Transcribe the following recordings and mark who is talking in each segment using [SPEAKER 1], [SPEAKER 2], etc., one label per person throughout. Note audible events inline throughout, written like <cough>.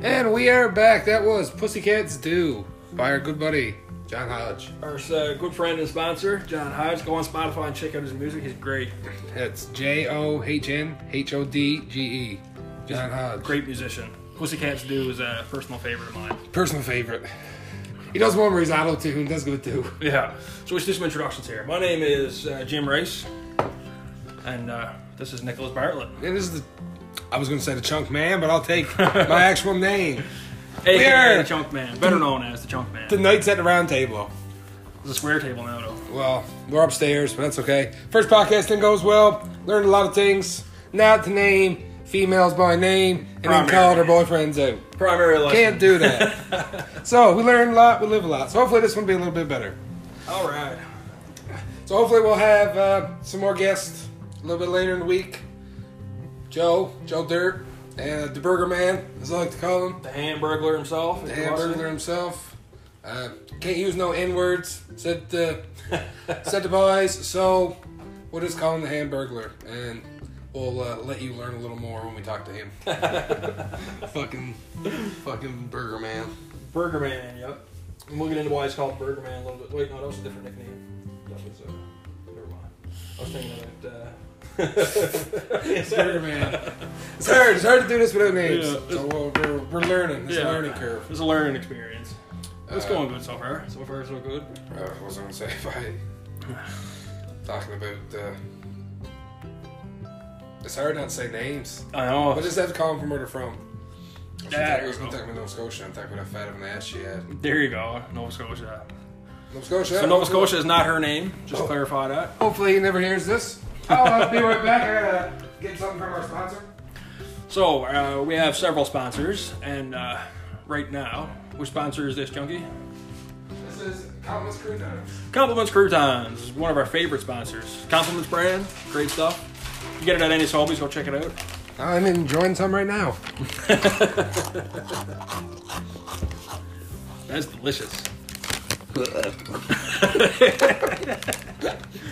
[SPEAKER 1] And we are back. That was Pussycats Do by our good buddy, John Hodge.
[SPEAKER 2] Our uh, good friend and sponsor, John Hodge. Go on Spotify and check out his music. He's great.
[SPEAKER 1] That's J O H N H O D G E. John Hodge.
[SPEAKER 2] Great musician. Pussycats Do is a personal favorite of mine.
[SPEAKER 1] Personal favorite. He does one where he's auto tuned. That's good too.
[SPEAKER 2] Yeah. So let's do some introductions here. My name is uh, Jim Rice, and uh, this is Nicholas Bartlett.
[SPEAKER 1] And this is the. I was going to say the Chunk Man, but I'll take <laughs> my actual name.
[SPEAKER 2] AKA
[SPEAKER 1] are-
[SPEAKER 2] the Chunk Man, better known as the Chunk Man.
[SPEAKER 1] The Knights at the Round Table.
[SPEAKER 2] It's a square table now, though.
[SPEAKER 1] Well, we're upstairs, but that's okay. First podcast didn't goes well. Learned a lot of things. Not to name females by name and then
[SPEAKER 2] Primary.
[SPEAKER 1] call their boyfriends out.
[SPEAKER 2] Primary lesson.
[SPEAKER 1] Can't do that. so we learn a lot, we live a lot. So hopefully this one will be a little bit better.
[SPEAKER 2] All right.
[SPEAKER 1] So hopefully we'll have uh, some more guests a little bit later in the week. Joe, Joe Dirt, and the Burger Man, as I like to call him,
[SPEAKER 2] The Hamburglar himself.
[SPEAKER 1] the Hamburger himself. Uh, can't use no N words. Said the said the boys. So we'll just call him the Hamburglar, and we'll uh, let you learn a little more when we talk to him. fucking, fucking Burger Man.
[SPEAKER 2] Burger Man, yep. And we'll get into why it's called Burger Man a little bit. Wait, no, that was a different nickname. That was, uh, never mind. I was thinking of it, uh... <laughs> yes,
[SPEAKER 1] Burger Man. <laughs> It's hard. It's hard to do this without names.
[SPEAKER 2] Yeah.
[SPEAKER 1] So we're, we're, we're learning. It's
[SPEAKER 2] Yeah.
[SPEAKER 1] a learning curve.
[SPEAKER 2] It's a learning experience. It's
[SPEAKER 1] Uh,
[SPEAKER 2] going good so far. So far, so good.
[SPEAKER 1] Uh, what was I <laughs> gonna say by talking about? Uh, it's hard not to say names.
[SPEAKER 2] I know.
[SPEAKER 1] But just have to call them from where they're from. I'm
[SPEAKER 2] There
[SPEAKER 1] talking-
[SPEAKER 2] you
[SPEAKER 1] I'm
[SPEAKER 2] go.
[SPEAKER 1] talking about Nova Scotia. I'm talking about how fat of an ass she had.
[SPEAKER 2] There you go, Nova Scotia.
[SPEAKER 1] Nova Scotia.
[SPEAKER 2] So Nova Scotia is not her name. Just
[SPEAKER 1] Oh.
[SPEAKER 2] clarify that.
[SPEAKER 1] Hopefully he never hears this. <laughs> Oh, I'll be right back. I gotta get something from our sponsor.
[SPEAKER 2] So uh, we have several sponsors, and uh, right now, which sponsor is this, Junkie?
[SPEAKER 1] This is Countless Crew Knives.
[SPEAKER 2] Compliments Croutons is one of our favorite sponsors. Compliments brand, great stuff. You get it at any Sobeys, go check it out.
[SPEAKER 1] I'm enjoying some right now.
[SPEAKER 2] That's <laughs> delicious.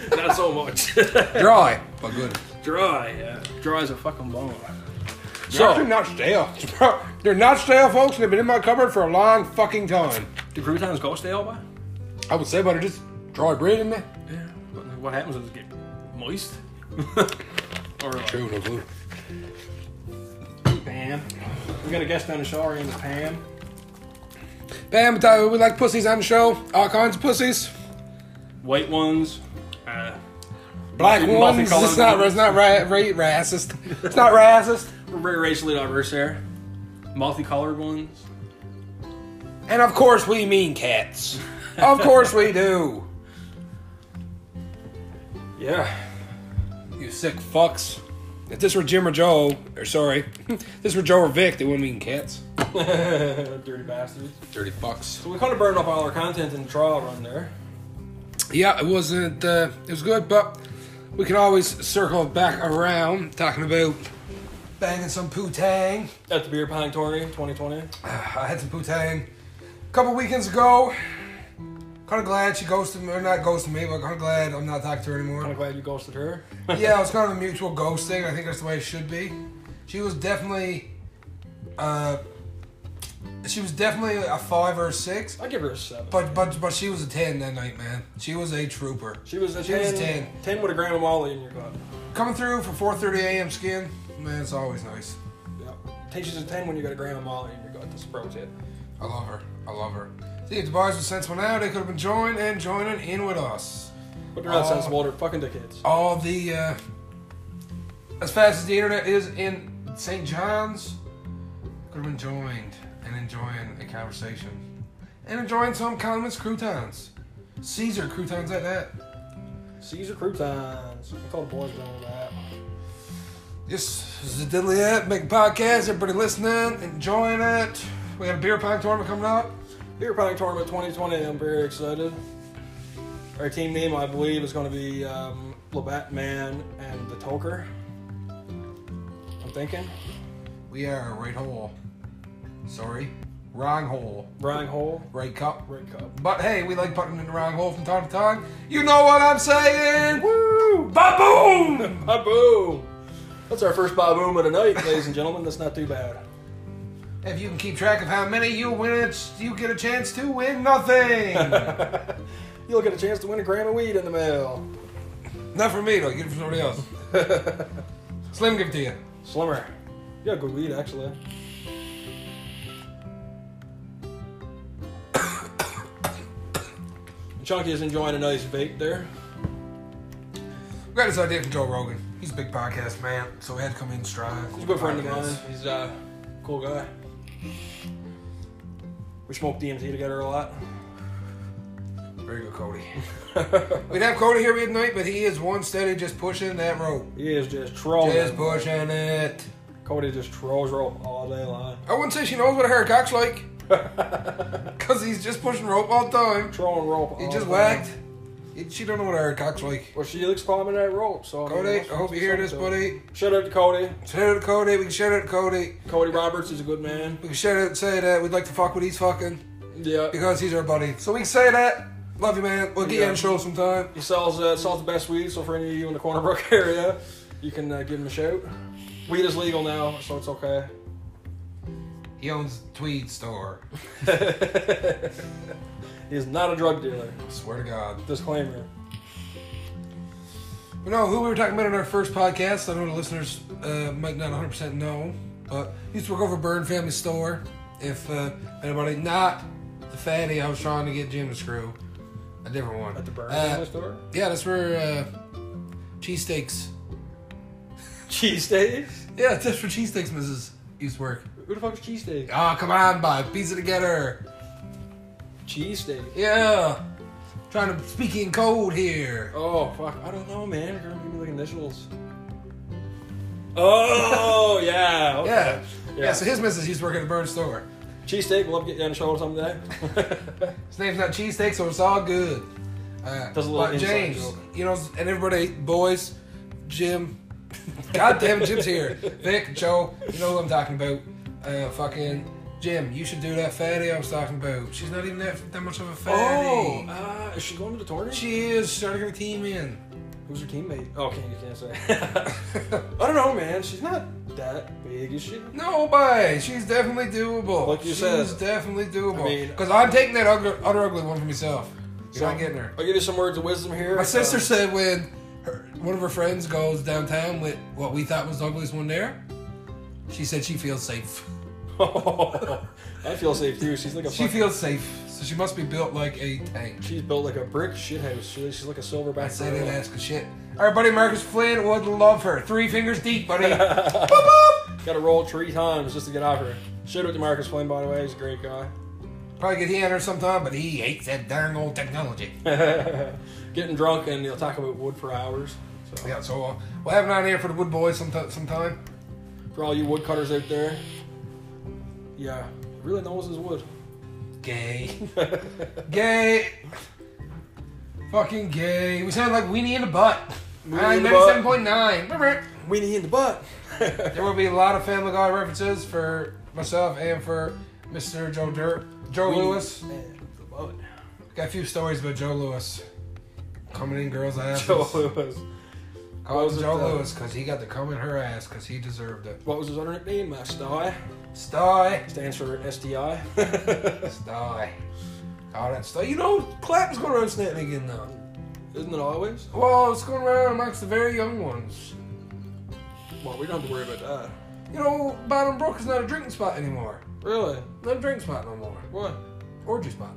[SPEAKER 2] Not so much. <laughs>
[SPEAKER 1] Dry, but good.
[SPEAKER 2] Dry, yeah. Dry as a fucking bone.
[SPEAKER 1] They're
[SPEAKER 2] So,
[SPEAKER 1] not stale. <laughs> They're not stale, folks. They've been in my cupboard for a long fucking time.
[SPEAKER 2] do croutons go stale, by?
[SPEAKER 1] I would say, but they're just dry bread in there.
[SPEAKER 2] Yeah. What- What happens is it get moist?
[SPEAKER 1] <laughs>
[SPEAKER 2] or like,
[SPEAKER 1] True, no glue.
[SPEAKER 2] Pam. We got a guest on the show. Her name is Pam.
[SPEAKER 1] Bam, Tyler, we like pussies on the show. All kinds of pussies.
[SPEAKER 2] White ones. Uh,
[SPEAKER 1] Black
[SPEAKER 2] Multi-
[SPEAKER 1] ones.
[SPEAKER 2] multicolored
[SPEAKER 1] It's not,
[SPEAKER 2] ones.
[SPEAKER 1] it's not ra- ra- racist. It's not racist.
[SPEAKER 2] we're very racially diverse here. Multicolored ones.
[SPEAKER 1] And of course we mean cats. Of course we do.
[SPEAKER 2] Yeah.
[SPEAKER 1] You sick fucks. If this were Jim or Joe, or sorry, <laughs> if this were Joe or Vic, they wouldn't mean cats.
[SPEAKER 2] <laughs> Dirty bastards.
[SPEAKER 1] Dirty fucks.
[SPEAKER 2] So we kind of burned up all our content in the trial run there.
[SPEAKER 1] Yeah, it wasn't. Uh, it was good, but we can always circle back around talking about banging some poo-tang.
[SPEAKER 2] At the beer pong tourney 2020.
[SPEAKER 1] I had some poo-tang a couple weekends ago. Kind of glad she ghosted me, or not ghosted me, but kind of glad I'm not talking to her
[SPEAKER 2] I'm
[SPEAKER 1] anymore.
[SPEAKER 2] glad you ghosted her.
[SPEAKER 1] yeah, it was kind of a mutual ghosting. I think that's the way it should be. She was definitely, uh, she was definitely a five or a six,
[SPEAKER 2] I give her a seven.
[SPEAKER 1] but but but she was a ten that night, man. She was a trooper.
[SPEAKER 2] she was a
[SPEAKER 1] She
[SPEAKER 2] 10,
[SPEAKER 1] was
[SPEAKER 2] 10.
[SPEAKER 1] 10.
[SPEAKER 2] with a gram of Molly in your cup.
[SPEAKER 1] Coming through for 4:30 a.m. skin, man, it's always nice.
[SPEAKER 2] Yeah. Teaches a 10 when you got a gram of Molly in your gut. That's a pro tip.
[SPEAKER 1] I love her. I love her. See, if the boys would sense one out, they could have been joined and joining in with us.
[SPEAKER 2] But they're not
[SPEAKER 1] Oh.
[SPEAKER 2] sensible. They're fucking dickheads.
[SPEAKER 1] All the, uh, as fast as the internet is in St. John's, could have been joined and enjoying a conversation. And enjoying some condiments, croutons. Caesar croutons at that.
[SPEAKER 2] Caesar croutons. I call the boys down with that.
[SPEAKER 1] This is the Diddly App Making Podcast. Everybody listening, enjoying it. We got a beer pong tournament coming up.
[SPEAKER 2] Beer Pong Tournament 2020. I'm very excited. Our team name, I believe, is going to be um, Labat Man and the Toker. I'm thinking.
[SPEAKER 1] We are right hole. Sorry. Wrong hole.
[SPEAKER 2] Brian Hole,
[SPEAKER 1] Right cup.
[SPEAKER 2] Red Cup.
[SPEAKER 1] But hey, we like putting in the wrong hole from time to time. You know what I'm saying?
[SPEAKER 2] Woo!
[SPEAKER 1] Ba boom!
[SPEAKER 2] Ba boom! That's our first ba boom of the night, ladies and gentlemen. That's not too bad.
[SPEAKER 1] If you can keep track of how many you win, it's, you get a chance to win nothing.
[SPEAKER 2] You'll get a chance to win a gram of weed in the mail.
[SPEAKER 1] <laughs> Not for me, though. Get it from somebody else. <laughs> Slim, give it to you.
[SPEAKER 2] Slimmer. You got good weed, actually. Chunky is enjoying a nice vape there.
[SPEAKER 1] Got this idea from Joe Rogan. He's a big podcast man, so we had to come in strong.
[SPEAKER 2] He's a good friend of mine. He's a cool guy. We smoke DMT together a lot.
[SPEAKER 1] Very good,
[SPEAKER 2] <laughs>
[SPEAKER 1] Cody. <laughs> We'd have Cody here midnight, but he is one steady just pushing that rope.
[SPEAKER 2] He is just trolling.
[SPEAKER 1] Just pushing it.
[SPEAKER 2] Cody just trolls rope all day long.
[SPEAKER 1] I wouldn't say she knows what a haircut's like, <laughs> because he's just pushing rope all the time.
[SPEAKER 2] Trolling rope all
[SPEAKER 1] He just
[SPEAKER 2] day.
[SPEAKER 1] whacked. He- she don't know what a haircut's like.
[SPEAKER 2] Well, she looks climbing that rope, so.
[SPEAKER 1] Cody, I hope you hear this, buddy.
[SPEAKER 2] Shout out to Cody.
[SPEAKER 1] Shout out to Cody. We can shout out to Cody.
[SPEAKER 2] Cody Roberts is a good man.
[SPEAKER 1] We can shout out and say that we'd like to fuck what he's fucking
[SPEAKER 2] Yeah.
[SPEAKER 1] because he's our buddy. So we can say that. Love you, man. We'll get you
[SPEAKER 2] Yeah.
[SPEAKER 1] on the show sometime.
[SPEAKER 2] He sells uh, sells the best weed, so for any of you in the Corner Brook <laughs> area, you can uh, give him a shout. Weed is legal now, so it's okay. <laughs>
[SPEAKER 1] He owns Tweed Store.
[SPEAKER 2] He's not a drug dealer.
[SPEAKER 1] Swear to God.
[SPEAKER 2] Disclaimer.
[SPEAKER 1] You know who we were talking about in our first podcast. I know the listeners uh, might not 100% know, but he used to work over at Burn Family Store. If uh, anybody, not the fatty I was trying to get Jim to screw, a different one.
[SPEAKER 2] At the burn
[SPEAKER 1] Uh,
[SPEAKER 2] store?
[SPEAKER 1] Yeah, that's where uh, cheesesteaks.
[SPEAKER 2] Cheesesteaks?
[SPEAKER 1] Yeah, that's where cheesesteaks, Mrs. used to work.
[SPEAKER 2] Who the fuck's cheesesteak?
[SPEAKER 1] Oh, come on, buy a pizza together.
[SPEAKER 2] Cheesesteak.
[SPEAKER 1] Yeah. Trying to speak in code here.
[SPEAKER 2] Oh fuck, I don't know, man. You're gonna give me like initials. Oh <laughs> yeah. Okay.
[SPEAKER 1] Yeah.
[SPEAKER 2] Yeah.
[SPEAKER 1] yeah. so his missus used to work at the burn store.
[SPEAKER 2] Cheesesteak, we'll have to get you on the show someday. <laughs>
[SPEAKER 1] His name's not cheesesteak, so it's all good. Uh,
[SPEAKER 2] Does a little
[SPEAKER 1] but
[SPEAKER 2] inside
[SPEAKER 1] James,
[SPEAKER 2] joke.
[SPEAKER 1] you know, and everybody, boys, Jim, <laughs> goddamn Jim's here. Vic, Joe, you know who I'm talking about. Uh, fucking Jim, you should do that fatty I was talking about. She's not even that, that much of a
[SPEAKER 2] oh,
[SPEAKER 1] fatty.
[SPEAKER 2] uh, is she going to the tournament?
[SPEAKER 1] She is starting her team in.
[SPEAKER 2] Who's her teammate? Oh, okay, you can't say. <laughs>
[SPEAKER 1] <laughs>
[SPEAKER 2] I don't know, man. She's not that big, is she?
[SPEAKER 1] No, bye. She's definitely doable.
[SPEAKER 2] Like you
[SPEAKER 1] She's
[SPEAKER 2] said.
[SPEAKER 1] definitely
[SPEAKER 2] I
[SPEAKER 1] doable.
[SPEAKER 2] mean-
[SPEAKER 1] Because I'm taking that other, other ugly one for myself. You're
[SPEAKER 2] So-
[SPEAKER 1] not getting her.
[SPEAKER 2] I'll give you some words of wisdom here.
[SPEAKER 1] My sister
[SPEAKER 2] Uh,
[SPEAKER 1] said when her, one of her friends goes downtown with what we thought was the ugliest one there, she said she feels safe.
[SPEAKER 2] Uh, <laughs> I feel safe too. She's like a.
[SPEAKER 1] She
[SPEAKER 2] fucking-
[SPEAKER 1] feels safe, so she must be built like a tank.
[SPEAKER 2] She's built like a brick shithouse. She, she's like a silverback.
[SPEAKER 1] I say that
[SPEAKER 2] gorilla.
[SPEAKER 1] ass good shit. Our buddy Marcus Flynn would love her. Three fingers deep,
[SPEAKER 2] <laughs>
[SPEAKER 1] buddy. Boop, boop.
[SPEAKER 2] Got to roll three times just to get off her. Shout out to Marcus Flynn, by the way. He's a great guy. <laughs>
[SPEAKER 1] Probably get he on her sometime, but he hates that darn old technology.
[SPEAKER 2] Getting drunk and he'll talk about wood for hours. So
[SPEAKER 1] yeah, so uh, we'll have it on here for the Wood Boys sometime. sometime.
[SPEAKER 2] for all you woodcutters out there, yeah, he really knows his wood.
[SPEAKER 1] Gay.
[SPEAKER 2] <laughs>
[SPEAKER 1] gay. Fucking gay. We sound like Weenie in the Butt.
[SPEAKER 2] Weenie in the Butt.
[SPEAKER 1] 97.9. Remember?
[SPEAKER 2] Weenie in the butt. <laughs>
[SPEAKER 1] There will be a lot of Family Guy references for myself and for Mr. Joe Dirt. Joe Lewis.
[SPEAKER 2] in the butt.
[SPEAKER 1] Got a few stories about Joe Lewis. Coming in girls' asses.
[SPEAKER 2] <laughs> Joe Lewis.
[SPEAKER 1] Call him
[SPEAKER 2] What was it,
[SPEAKER 1] Joe
[SPEAKER 2] uh,
[SPEAKER 1] Lewis because he got to come in her ass because he deserved it.
[SPEAKER 2] What was his other nickname? Uh, Sty.
[SPEAKER 1] Sty.
[SPEAKER 2] Stands for <laughs> STI.
[SPEAKER 1] Sty. All that stuff. You know, Clapton's going around snatting again now.
[SPEAKER 2] Isn't it always?
[SPEAKER 1] Well, it's going around amongst the very young ones.
[SPEAKER 2] Well, we don't have to worry about that.
[SPEAKER 1] You know, Bottom Brook is not a drinking spot anymore.
[SPEAKER 2] Really?
[SPEAKER 1] Not a drinking spot no more.
[SPEAKER 2] What?
[SPEAKER 1] Orgy spot.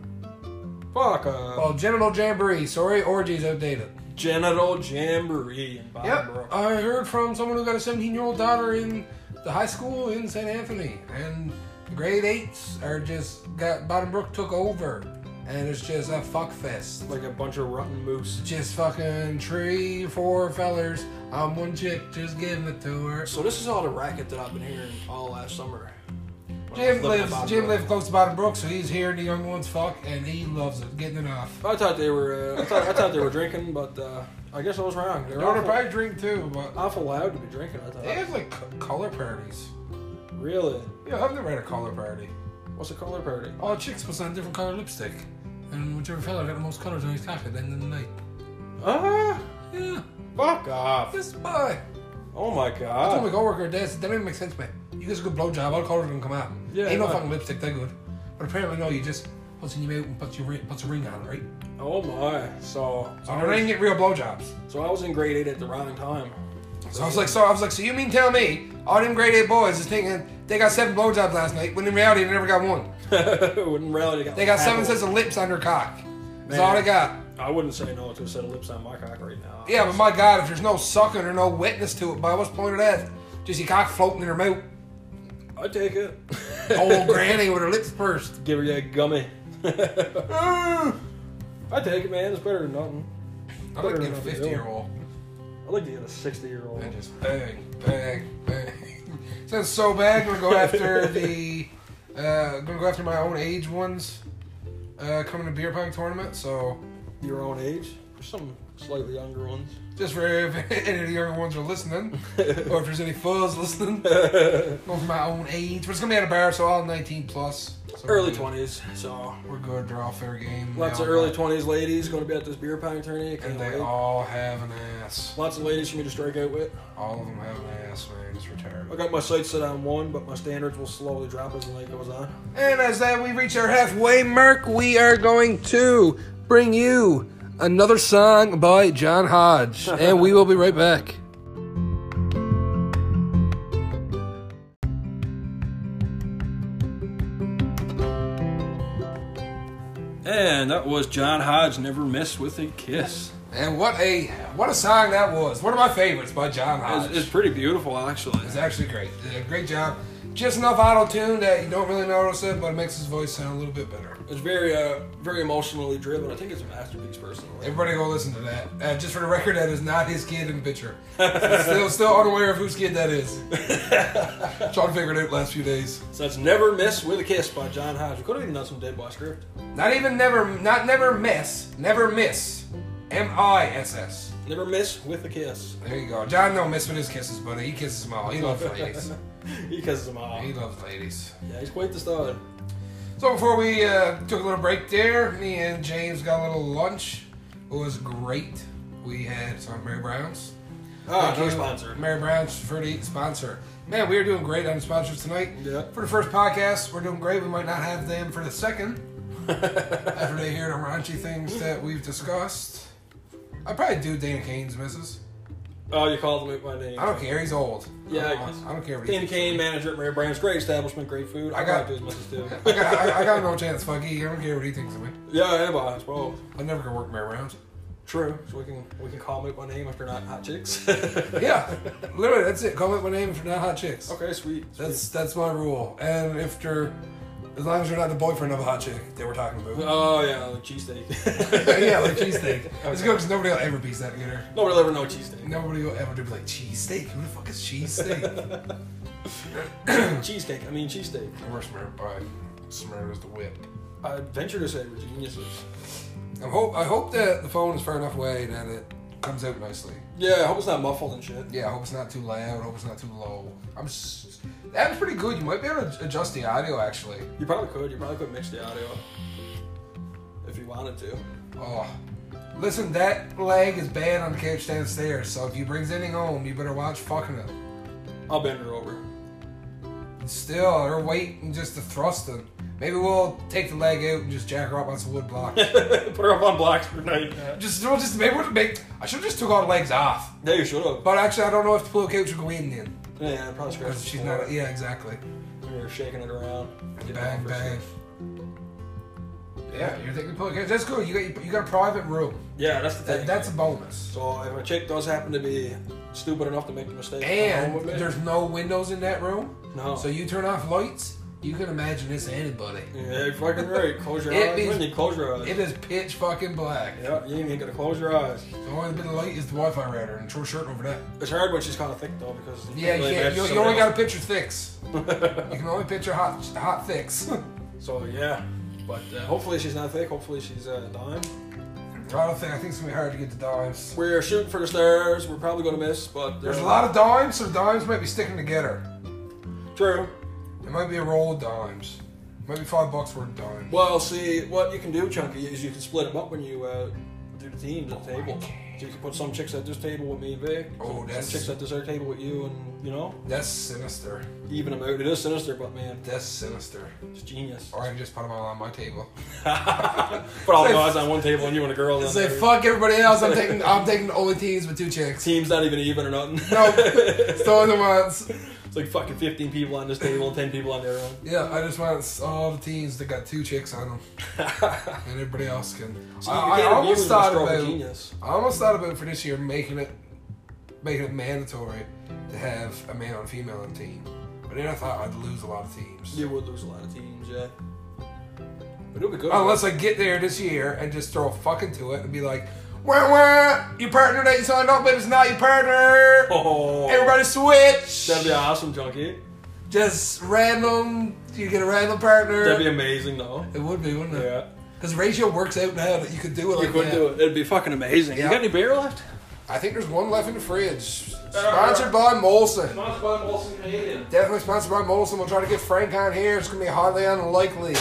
[SPEAKER 2] Fuck. Uh,
[SPEAKER 1] Well, genital jamboree. Sorry, orgy's outdated.
[SPEAKER 2] genital jamboree in Bob
[SPEAKER 1] Yep.
[SPEAKER 2] Brook.
[SPEAKER 1] I heard from someone who got a 17 year old daughter in the high school in St. Anthony, and the grade eights are just got Bottom Brook took over, and it's just a fuck fest.
[SPEAKER 2] Like a bunch of rotten moose.
[SPEAKER 1] Just fucking three, four fellers on one chick, just giving it to her.
[SPEAKER 2] So this is all the racket that I've been hearing all last summer. When I was
[SPEAKER 1] Jim
[SPEAKER 2] living in
[SPEAKER 1] lives.
[SPEAKER 2] Bob
[SPEAKER 1] Jim
[SPEAKER 2] Brook.
[SPEAKER 1] lives close to Bottom Brook, so he's hearing the young ones fuck, and he loves it, getting it off.
[SPEAKER 2] I thought they were. Uh, I, thought, I thought they were drinking, but uh, I guess I was wrong. They were
[SPEAKER 1] Daughter
[SPEAKER 2] awful,
[SPEAKER 1] probably drink too, but
[SPEAKER 2] awful loud to be drinking. I thought.
[SPEAKER 1] they have like co- color parties.
[SPEAKER 2] Really?
[SPEAKER 1] Yeah, I've never had a color party.
[SPEAKER 2] What's a color party?
[SPEAKER 1] All chicks was on different color lipstick, and whichever fella got the most colors on his cock at the end of the night.
[SPEAKER 2] Ah!
[SPEAKER 1] Yeah,
[SPEAKER 2] fuck off!
[SPEAKER 1] this boy.
[SPEAKER 2] Oh my
[SPEAKER 1] I told my
[SPEAKER 2] god!
[SPEAKER 1] coworker, Des, that didn't make sense, man. You gives a good blowjob, all colors gonna come out.
[SPEAKER 2] Yeah,
[SPEAKER 1] Ain't no
[SPEAKER 2] right.
[SPEAKER 1] fucking lipstick that good. But apparently, no, you just puts in your mouth and puts, your ring, puts a ring on, right?
[SPEAKER 2] Oh my! So, so,
[SPEAKER 1] So
[SPEAKER 2] I
[SPEAKER 1] they didn't
[SPEAKER 2] was,
[SPEAKER 1] get real blowjobs.
[SPEAKER 2] so I was in grade eight at the wrong time. <laughs>
[SPEAKER 1] So I was like, so I was like, so you mean tell me all them grade eight boys is thinking they got seven blowjobs last night when in reality they never got one.
[SPEAKER 2] Wouldn't rally.
[SPEAKER 1] They got seven sets of lips on their cock. That's
[SPEAKER 2] Man.
[SPEAKER 1] all they got.
[SPEAKER 2] I wouldn't say no to a set of lips on my cock right now.
[SPEAKER 1] Yeah, but my God, if there's no sucking or no wetness to it, by what's the point of that? Just your cock floating in her mouth.
[SPEAKER 2] I'd take it. <laughs>
[SPEAKER 1] Old granny with her lips pursed.
[SPEAKER 2] Give her that gummy. <laughs> I take it, man. It's better than nothing.
[SPEAKER 1] I'd like
[SPEAKER 2] Better
[SPEAKER 1] to get a
[SPEAKER 2] not be
[SPEAKER 1] 50 year old
[SPEAKER 2] I'd like to get a sixty-year-old.
[SPEAKER 1] and just bang, bang, bang. <laughs> Sounds so bad. I'm gonna go
[SPEAKER 2] <laughs>
[SPEAKER 1] after the, uh, gonna go after my own age ones, uh, coming to beer pong tournament. So
[SPEAKER 2] Your own age. There's some slightly younger ones.
[SPEAKER 1] just for if <laughs> any of the younger ones are listening,
[SPEAKER 2] <laughs>
[SPEAKER 1] or if there's any fuzz listening, go for my own age. But it's gonna be at a bar, so all 19 plus. So we're
[SPEAKER 2] early
[SPEAKER 1] good.
[SPEAKER 2] twenties. So
[SPEAKER 1] We're good. They're all fair game.
[SPEAKER 2] lots
[SPEAKER 1] They
[SPEAKER 2] of
[SPEAKER 1] all
[SPEAKER 2] early
[SPEAKER 1] got-
[SPEAKER 2] twenties ladies going to be at this beer pong tourney. Can't
[SPEAKER 1] And they
[SPEAKER 2] wait.
[SPEAKER 1] all have an ass.
[SPEAKER 2] Lots of ladies for me to strike out with.
[SPEAKER 1] All of them have an ass, man. It's
[SPEAKER 2] I
[SPEAKER 1] retarded.
[SPEAKER 2] got my sights set on one, but my standards will slowly drop as the night goes on.
[SPEAKER 1] And as that we reach our halfway mark, we are going to bring you another song by John <laughs> Hodge, and we will be right back.
[SPEAKER 2] And that was John Hodge, Never Miss with a Kiss.
[SPEAKER 1] And what a what a song that was! One of my favorites by John
[SPEAKER 2] It's,
[SPEAKER 1] Hodge.
[SPEAKER 2] it's pretty beautiful, actually.
[SPEAKER 1] It's actually great. He did a great job. Just enough auto tune that you don't really notice it, but it makes his voice sound a little bit better.
[SPEAKER 2] It's very, uh, very emotionally driven. I think it's a masterpiece, personally.
[SPEAKER 1] Everybody go listen to that. Uh, just for the record, that is not his kid in the picture. still, still unaware of whose kid that is. Sean figured it out last few days.
[SPEAKER 2] So that's Never Miss with a Kiss by John Hodge. We could have even done some Dead Boy script.
[SPEAKER 1] Not even never, not never miss, never miss. M I S S.
[SPEAKER 2] Never Miss with a Kiss. <laughs>
[SPEAKER 1] There you go. John don't miss with his kisses, buddy. He kisses them all. He loves ladies.
[SPEAKER 2] He kisses them all.
[SPEAKER 1] He loves ladies.
[SPEAKER 2] Yeah, he's quite the stud.
[SPEAKER 1] So before we uh, took a little break there, me and James got a little lunch. It was great. We had some Mary Browns.
[SPEAKER 2] Ah,
[SPEAKER 1] Thank
[SPEAKER 2] no
[SPEAKER 1] you,
[SPEAKER 2] sponsor.
[SPEAKER 1] Mary Brown's for the sponsor. Man, we are doing great on sponsors tonight.
[SPEAKER 2] Yeah.
[SPEAKER 1] For the first podcast, we're doing great. We might not have them for the
[SPEAKER 2] <laughs>
[SPEAKER 1] second. after they hear the raunchy things that we've discussed. I probably do Dan Kane's misses.
[SPEAKER 2] Oh, you called him by name.
[SPEAKER 1] I don't care. He's old.
[SPEAKER 2] Yeah,
[SPEAKER 1] I
[SPEAKER 2] I
[SPEAKER 1] don't,
[SPEAKER 2] guess.
[SPEAKER 1] I don't care. What he-
[SPEAKER 2] Dan Kane, manager at Mary Brands, great establishment, great food. I,
[SPEAKER 1] I
[SPEAKER 2] got
[SPEAKER 1] got-
[SPEAKER 2] to as much as too.
[SPEAKER 1] <laughs>
[SPEAKER 2] <laughs>
[SPEAKER 1] I got, I, I got no chance. Fuck he. I don't care what he thinks of me.
[SPEAKER 2] Yeah, I have I suppose.
[SPEAKER 1] I'm never gonna work Mary Brown's.
[SPEAKER 2] True. So we can we can call them by name if they're not hot chicks.
[SPEAKER 1] Yeah, literally, that's it. Comment my name if you're not hot chicks.
[SPEAKER 2] <laughs> okay, sweet.
[SPEAKER 1] That's that's my rule. And if you're, as long as you're not the boyfriend of a hot chick that we're talking about.
[SPEAKER 2] Oh yeah, like cheesesteak. <laughs>
[SPEAKER 1] yeah, like cheesesteak. <laughs> It's good because nobody will ever piece that together.
[SPEAKER 2] Nobody will ever know cheesesteak.
[SPEAKER 1] Nobody will ever do like cheesesteak. Who the fuck is cheesesteak?
[SPEAKER 2] <clears throat> cheesecake. I mean cheesesteak.
[SPEAKER 1] We're smart by smart as the whip.
[SPEAKER 2] I venture to say we're geniuses.
[SPEAKER 1] I hope I hope that the phone is far enough away that it comes out nicely.
[SPEAKER 2] Yeah, I hope it's not muffled and shit.
[SPEAKER 1] Yeah, I hope it's not too loud. I hope it's not too low. I'm. S- that was pretty good. You might be able to adjust the audio actually.
[SPEAKER 2] You probably could. You probably could mix the audio if you wanted to.
[SPEAKER 1] Oh, listen, that leg is bad on the couch downstairs. So if you brings anything home, you better watch fucking it.
[SPEAKER 2] I'll bend her over. <laughs>
[SPEAKER 1] Still, her weight and just the thrusting. Maybe we'll take the leg out and just jack her up on some wood block.
[SPEAKER 2] Put her up on blocks for night.
[SPEAKER 1] just, we'll just maybe we'll make. I should have just took all the legs off.
[SPEAKER 2] Yeah, you should have.
[SPEAKER 1] But actually, I don't know if the pillow couch will go in then.
[SPEAKER 2] Yeah, I probably scratched.
[SPEAKER 1] Because
[SPEAKER 2] the
[SPEAKER 1] she's
[SPEAKER 2] floor.
[SPEAKER 1] not. Yeah, exactly.
[SPEAKER 2] When you're shaking it around. getting
[SPEAKER 1] Bang
[SPEAKER 2] all
[SPEAKER 1] bang.
[SPEAKER 2] frisky.
[SPEAKER 1] Yeah, you're taking the pillow couch. That's cool. You got you got a private room.
[SPEAKER 2] Yeah, that's the
[SPEAKER 1] That,
[SPEAKER 2] thing.
[SPEAKER 1] that's a bonus.
[SPEAKER 2] so if a chick does happen to be stupid enough to make the mistake, come home
[SPEAKER 1] And
[SPEAKER 2] with me,
[SPEAKER 1] there's no windows in that room,
[SPEAKER 2] no.
[SPEAKER 1] so you turn off lights. You can imagine this to anybody.
[SPEAKER 2] yeah, you're fucking right. Close your
[SPEAKER 1] It
[SPEAKER 2] eyes.
[SPEAKER 1] is-
[SPEAKER 2] When you close your eyes.
[SPEAKER 1] It is pitch fucking black.
[SPEAKER 2] yeah, you ain't gonna close your eyes.
[SPEAKER 1] The only bit of light is the Wi-Fi router and throw a shirt over that.
[SPEAKER 2] It's hard when she's kind of thick though because
[SPEAKER 1] Yeah, you,
[SPEAKER 2] really
[SPEAKER 1] can't,
[SPEAKER 2] bad
[SPEAKER 1] you,
[SPEAKER 2] for
[SPEAKER 1] you only got to
[SPEAKER 2] somebody
[SPEAKER 1] picture thicks. you can only picture hot hot thicks.
[SPEAKER 2] else. So yeah, but uh, hopefully she's not thick. Hopefully she's uh, dime.
[SPEAKER 1] I don't think I think it's gonna be hard to get the dimes.
[SPEAKER 2] We're shooting for the stars. We're probably gonna miss, but
[SPEAKER 1] There's a
[SPEAKER 2] uh,
[SPEAKER 1] lot of dimes, so dimes might be sticking together.
[SPEAKER 2] True.
[SPEAKER 1] It might be a roll of dimes. Might be five bucks worth of dimes.
[SPEAKER 2] Well, see, what you can do, Chunky, is you can split them up when you uh, do the teams at the table. So you can put some chicks at this table with me and Vic.
[SPEAKER 1] Oh,
[SPEAKER 2] some-
[SPEAKER 1] that's-
[SPEAKER 2] some chicks at this other table with you, and you know,
[SPEAKER 1] That's sinister.
[SPEAKER 2] even them out. It is sinister, but man,
[SPEAKER 1] That's sinister.
[SPEAKER 2] it's genius.
[SPEAKER 1] Or I can just put them all on my table.
[SPEAKER 2] Put all the guys on one table and you and a girl. on
[SPEAKER 1] It's like
[SPEAKER 2] another.
[SPEAKER 1] fuck everybody else. I'm
[SPEAKER 2] <laughs>
[SPEAKER 1] taking I'm taking only teams with two chicks.
[SPEAKER 2] Team's not even even or nothing. <laughs>
[SPEAKER 1] No, it's the only ones.
[SPEAKER 2] It's like fucking 15 people on this table and 10 people on their own.
[SPEAKER 1] Yeah, I just want all the teams that got two chicks on
[SPEAKER 2] <laughs>
[SPEAKER 1] them, and everybody else can.
[SPEAKER 2] So you
[SPEAKER 1] I, I
[SPEAKER 2] can't abuse
[SPEAKER 1] almost
[SPEAKER 2] them,
[SPEAKER 1] thought
[SPEAKER 2] it's probably
[SPEAKER 1] about
[SPEAKER 2] genius.
[SPEAKER 1] I almost thought about for this year making it making it mandatory to have a male and female on the team. But then I thought I'd lose a lot of teams.
[SPEAKER 2] You would lose a lot of teams, yeah. Oh, But it'll be good.
[SPEAKER 1] Unless I get there this year and just throw a fuck into it and be like, wah, wah, your partner that you signed up with is not your partner.
[SPEAKER 2] oh,
[SPEAKER 1] Everybody switch.
[SPEAKER 2] that'd be awesome, junkie.
[SPEAKER 1] just random. You get a random partner.
[SPEAKER 2] That'd be amazing, though.
[SPEAKER 1] it would be, wouldn't it?
[SPEAKER 2] Yeah,
[SPEAKER 1] Because ratio works out now that you could do it. Like
[SPEAKER 2] you could
[SPEAKER 1] that.
[SPEAKER 2] do it. It'd be fucking amazing.
[SPEAKER 1] Yeah.
[SPEAKER 2] You got any beer left?
[SPEAKER 1] I think there's one left in the fridge.
[SPEAKER 2] Uh,
[SPEAKER 1] Sponsored by Molson.
[SPEAKER 2] Not by Molson Canadian.
[SPEAKER 1] Definitely sponsored by Molson. We'll try to get Frank on here. It's gonna be highly unlikely.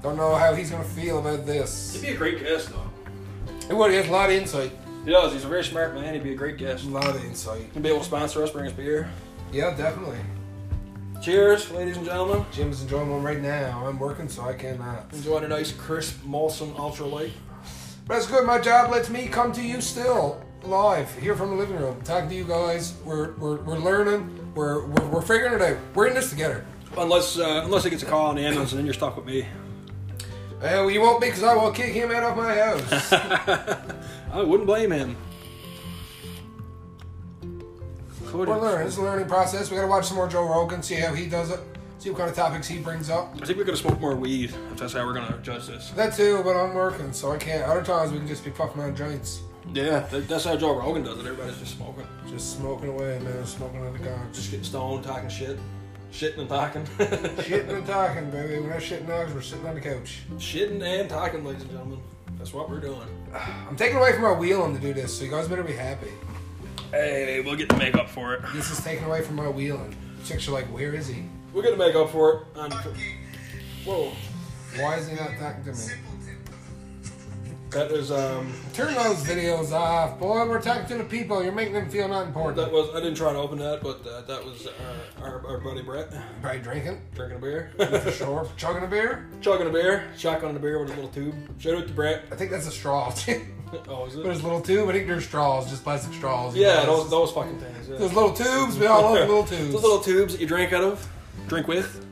[SPEAKER 1] Don't know how he's gonna feel about
[SPEAKER 2] He'd
[SPEAKER 1] this.
[SPEAKER 2] be a great guest, though.
[SPEAKER 1] He would have a lot of insight.
[SPEAKER 2] He does. He's a very smart man. He'd be a great guest.
[SPEAKER 1] A lot of insight.
[SPEAKER 2] He'd be able to sponsor us, bring us beer.
[SPEAKER 1] Yeah, definitely.
[SPEAKER 2] Cheers, ladies and gentlemen.
[SPEAKER 1] Jim's enjoying one right now. I'm working, so I cannot.
[SPEAKER 2] Enjoying a nice crisp Molson Ultra Light.
[SPEAKER 1] But that's good. My job lets me come to you still live here from the living room, talking to you guys. We're we're, we're learning. We're, we're we're figuring it out. We're in this together.
[SPEAKER 2] Unless uh, unless he gets a call on the ambulance and then you're stuck with me.
[SPEAKER 1] Uh, well, you won't be, because I will kick him out of my house.
[SPEAKER 2] I wouldn't blame him. Could
[SPEAKER 1] we're learning. It's a learning process. We got to watch some more Joe Rogan, see how he does it, see what kind of topics he brings up.
[SPEAKER 2] I think we could have smoked more weed if that's how we're gonna judge this.
[SPEAKER 1] That too, but I'm working, so I can't. Other times we can just be puffing on joints,
[SPEAKER 2] Yeah, that, that's how Joe Rogan does it. Everybody's just smoking,
[SPEAKER 1] just smoking away, man, smoking on the couch,
[SPEAKER 2] just getting stoned, talking shit, shitting and talking, <laughs>
[SPEAKER 1] shitting and talking, baby. We're not shitting dogs. We're sitting on the couch.
[SPEAKER 2] shitting and talking, ladies and gentlemen. That's what we're doing.
[SPEAKER 1] I'm taking away from my wheeling to do this, so you guys better be happy.
[SPEAKER 2] Hey, we'll get the make up for it.
[SPEAKER 1] This is taken away from my wheeling. Chicks are like, where is he?
[SPEAKER 2] We're gonna make up for it. on whoa,
[SPEAKER 1] Why is he not talking to me?
[SPEAKER 2] that is um,
[SPEAKER 1] Turn those videos off, boy. We're talking to the people. You're making them feel not important.
[SPEAKER 2] that was I didn't try to open that, but uh, that was our, our, our buddy Brett
[SPEAKER 1] Probably drinking,
[SPEAKER 2] drinking a beer, <laughs>
[SPEAKER 1] for sure. Chugging a beer.
[SPEAKER 2] chugging a beer, shotgun a beer with a little tube. Shout out to Brett.
[SPEAKER 1] I think that's a straw. <laughs>
[SPEAKER 2] Oh, is
[SPEAKER 1] but
[SPEAKER 2] it?
[SPEAKER 1] it's little tube. I think there's straws, just plastic straws.
[SPEAKER 2] Yeah, those, those fucking things. Yeah.
[SPEAKER 1] Those little tubes. We all love
[SPEAKER 2] <laughs>
[SPEAKER 1] little tubes.
[SPEAKER 2] Those little tubes that you drink out of, drink with.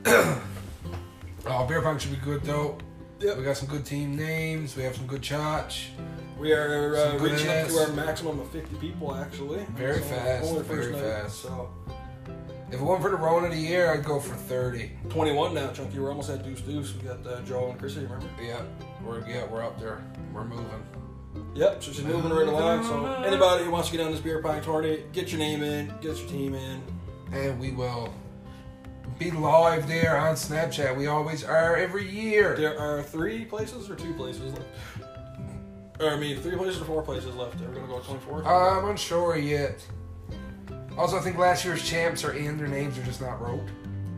[SPEAKER 1] Oh, beer punk should be good though.
[SPEAKER 2] Yep.
[SPEAKER 1] We got some good team names. We have some good chotch.
[SPEAKER 2] We are uh,
[SPEAKER 1] Some good
[SPEAKER 2] reaching up
[SPEAKER 1] ass.
[SPEAKER 2] to our maximum of 50 people, actually.
[SPEAKER 1] Very fast,
[SPEAKER 2] only the
[SPEAKER 1] very fast.
[SPEAKER 2] So
[SPEAKER 1] If it weren't for the Rona of the year, I'd go for thirty.
[SPEAKER 2] 21 now, Chunky. We're almost at Deuce Deuce. We got uh, Joe and Chrissy, remember?
[SPEAKER 1] Yeah, we're yeah we're up there. We're moving.
[SPEAKER 2] Yep, so she's moving right along. So anybody who wants to get on this beer pong tourney, get your name in, get your team in.
[SPEAKER 1] and we will be live there on Snapchat. We always are every year.
[SPEAKER 2] There are three places or two places left. Or, I mean, three places or four places left. Are we going to go with 24?
[SPEAKER 1] I'm unsure yet. Also, I think last year's champs are in. Their names are just not wrote.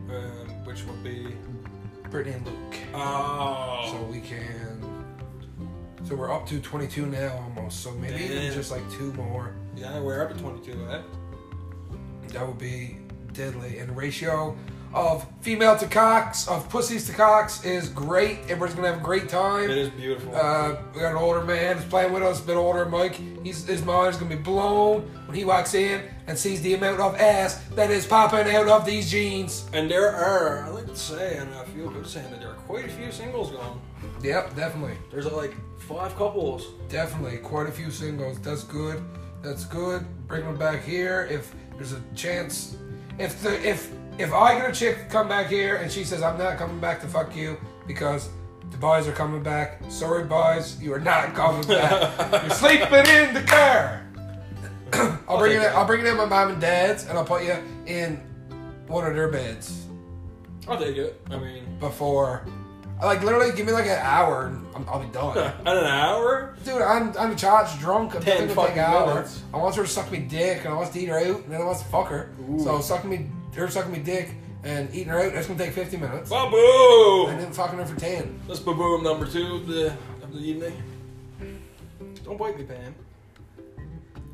[SPEAKER 2] um, which would be.
[SPEAKER 1] Brittany and Luke.
[SPEAKER 2] Oh.
[SPEAKER 1] So we can. So we're up to 22 now almost. So maybe even
[SPEAKER 2] Damn.
[SPEAKER 1] just like two more.
[SPEAKER 2] yeah, we're up at 22, eh?
[SPEAKER 1] That would be deadly. And the ratio of female to cocks, of pussies to cocks, is great. Everybody's gonna have a great time.
[SPEAKER 2] It is beautiful.
[SPEAKER 1] Uh, we got an older man who's playing with us, a bit older. Mike, he's, his mind's gonna be blown when he walks in and sees the amount of ass that is popping out of these jeans.
[SPEAKER 2] And there are, I like to say, and I feel good saying that there are quite a few singles going.
[SPEAKER 1] Yep, definitely,
[SPEAKER 2] There's uh, like five couples.
[SPEAKER 1] definitely, quite a few singles. That's good. That's good. Bring them back here if there's a chance. If the if if I get a chick come back here and she says I'm not coming back to fuck you because the boys are coming back. Sorry, boys, you are not coming back. You're sleeping in the car. I'll bring it.
[SPEAKER 2] take that.
[SPEAKER 1] I'll bring it in my mom and dad's, and I'll put you in one of their beds
[SPEAKER 2] I'll take it. I mean,
[SPEAKER 1] before. Like literally, give me like an hour, and I'm, I'll be done.
[SPEAKER 2] in an hour?
[SPEAKER 1] Dude, I'm I'm charged drunk. I'm
[SPEAKER 2] Ten
[SPEAKER 1] taking like
[SPEAKER 2] fucking
[SPEAKER 1] an hour.
[SPEAKER 2] minutes.
[SPEAKER 1] I want her to suck me dick, and I want to eat her out, and then I want to fuck her. So sucking me, her sucking me dick, and eating her out. That's gonna take 50 minutes. And
[SPEAKER 2] Baboo!
[SPEAKER 1] then fucking her for 10.
[SPEAKER 2] That's baboo number two of the, of the evening. Don't bite me, Pam.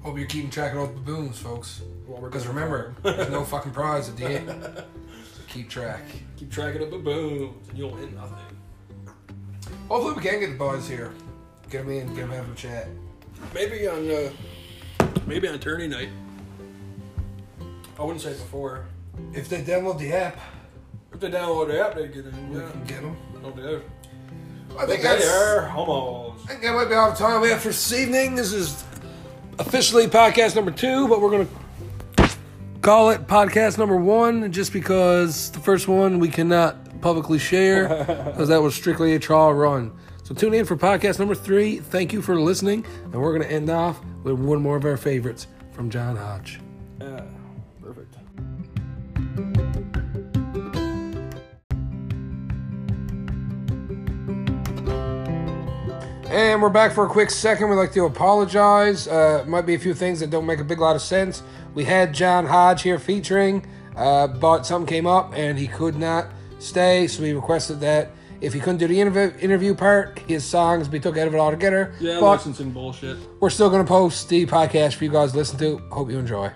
[SPEAKER 1] Hope you're keeping track of all the baboons, folks.
[SPEAKER 2] While we're
[SPEAKER 1] Because
[SPEAKER 2] going
[SPEAKER 1] remember, there's
[SPEAKER 2] <laughs>
[SPEAKER 1] no fucking prize at the end. So keep track.
[SPEAKER 2] for- keep track of the baboons, and you'll hit nothing.
[SPEAKER 1] Hopefully, we can get the boys here. Get them in, get them have a chat.
[SPEAKER 2] Maybe on uh, maybe on tourney night. I wouldn't say before.
[SPEAKER 1] If they download the app,
[SPEAKER 2] If they download the app, they get in.
[SPEAKER 1] we
[SPEAKER 2] Yeah,
[SPEAKER 1] can get them.
[SPEAKER 2] no doubt.
[SPEAKER 1] I
[SPEAKER 2] But
[SPEAKER 1] think
[SPEAKER 2] they
[SPEAKER 1] that's.
[SPEAKER 2] are homos.
[SPEAKER 1] I think that might be all the time we have for this evening. This is officially podcast number two, but we're going to call it podcast number one just because the first one we cannot publicly share because that was strictly a trial run. So tune in for podcast number three. Thank you for listening. And we're going to end off with one more of our favorites from John Hodge.
[SPEAKER 2] Yeah, perfect.
[SPEAKER 1] And we're back for a quick second. We'd like to apologize. Uh, might be a few things that don't make a big lot of sense. We had John Hodge here featuring, uh, but something came up and he could not stay. So we requested that if he couldn't do the interview, interview part, his songs be took out of it altogether.
[SPEAKER 2] Yeah,
[SPEAKER 1] but
[SPEAKER 2] licensing bullshit.
[SPEAKER 1] we're still going to post the podcast for you guys to listen to. Hope you enjoy.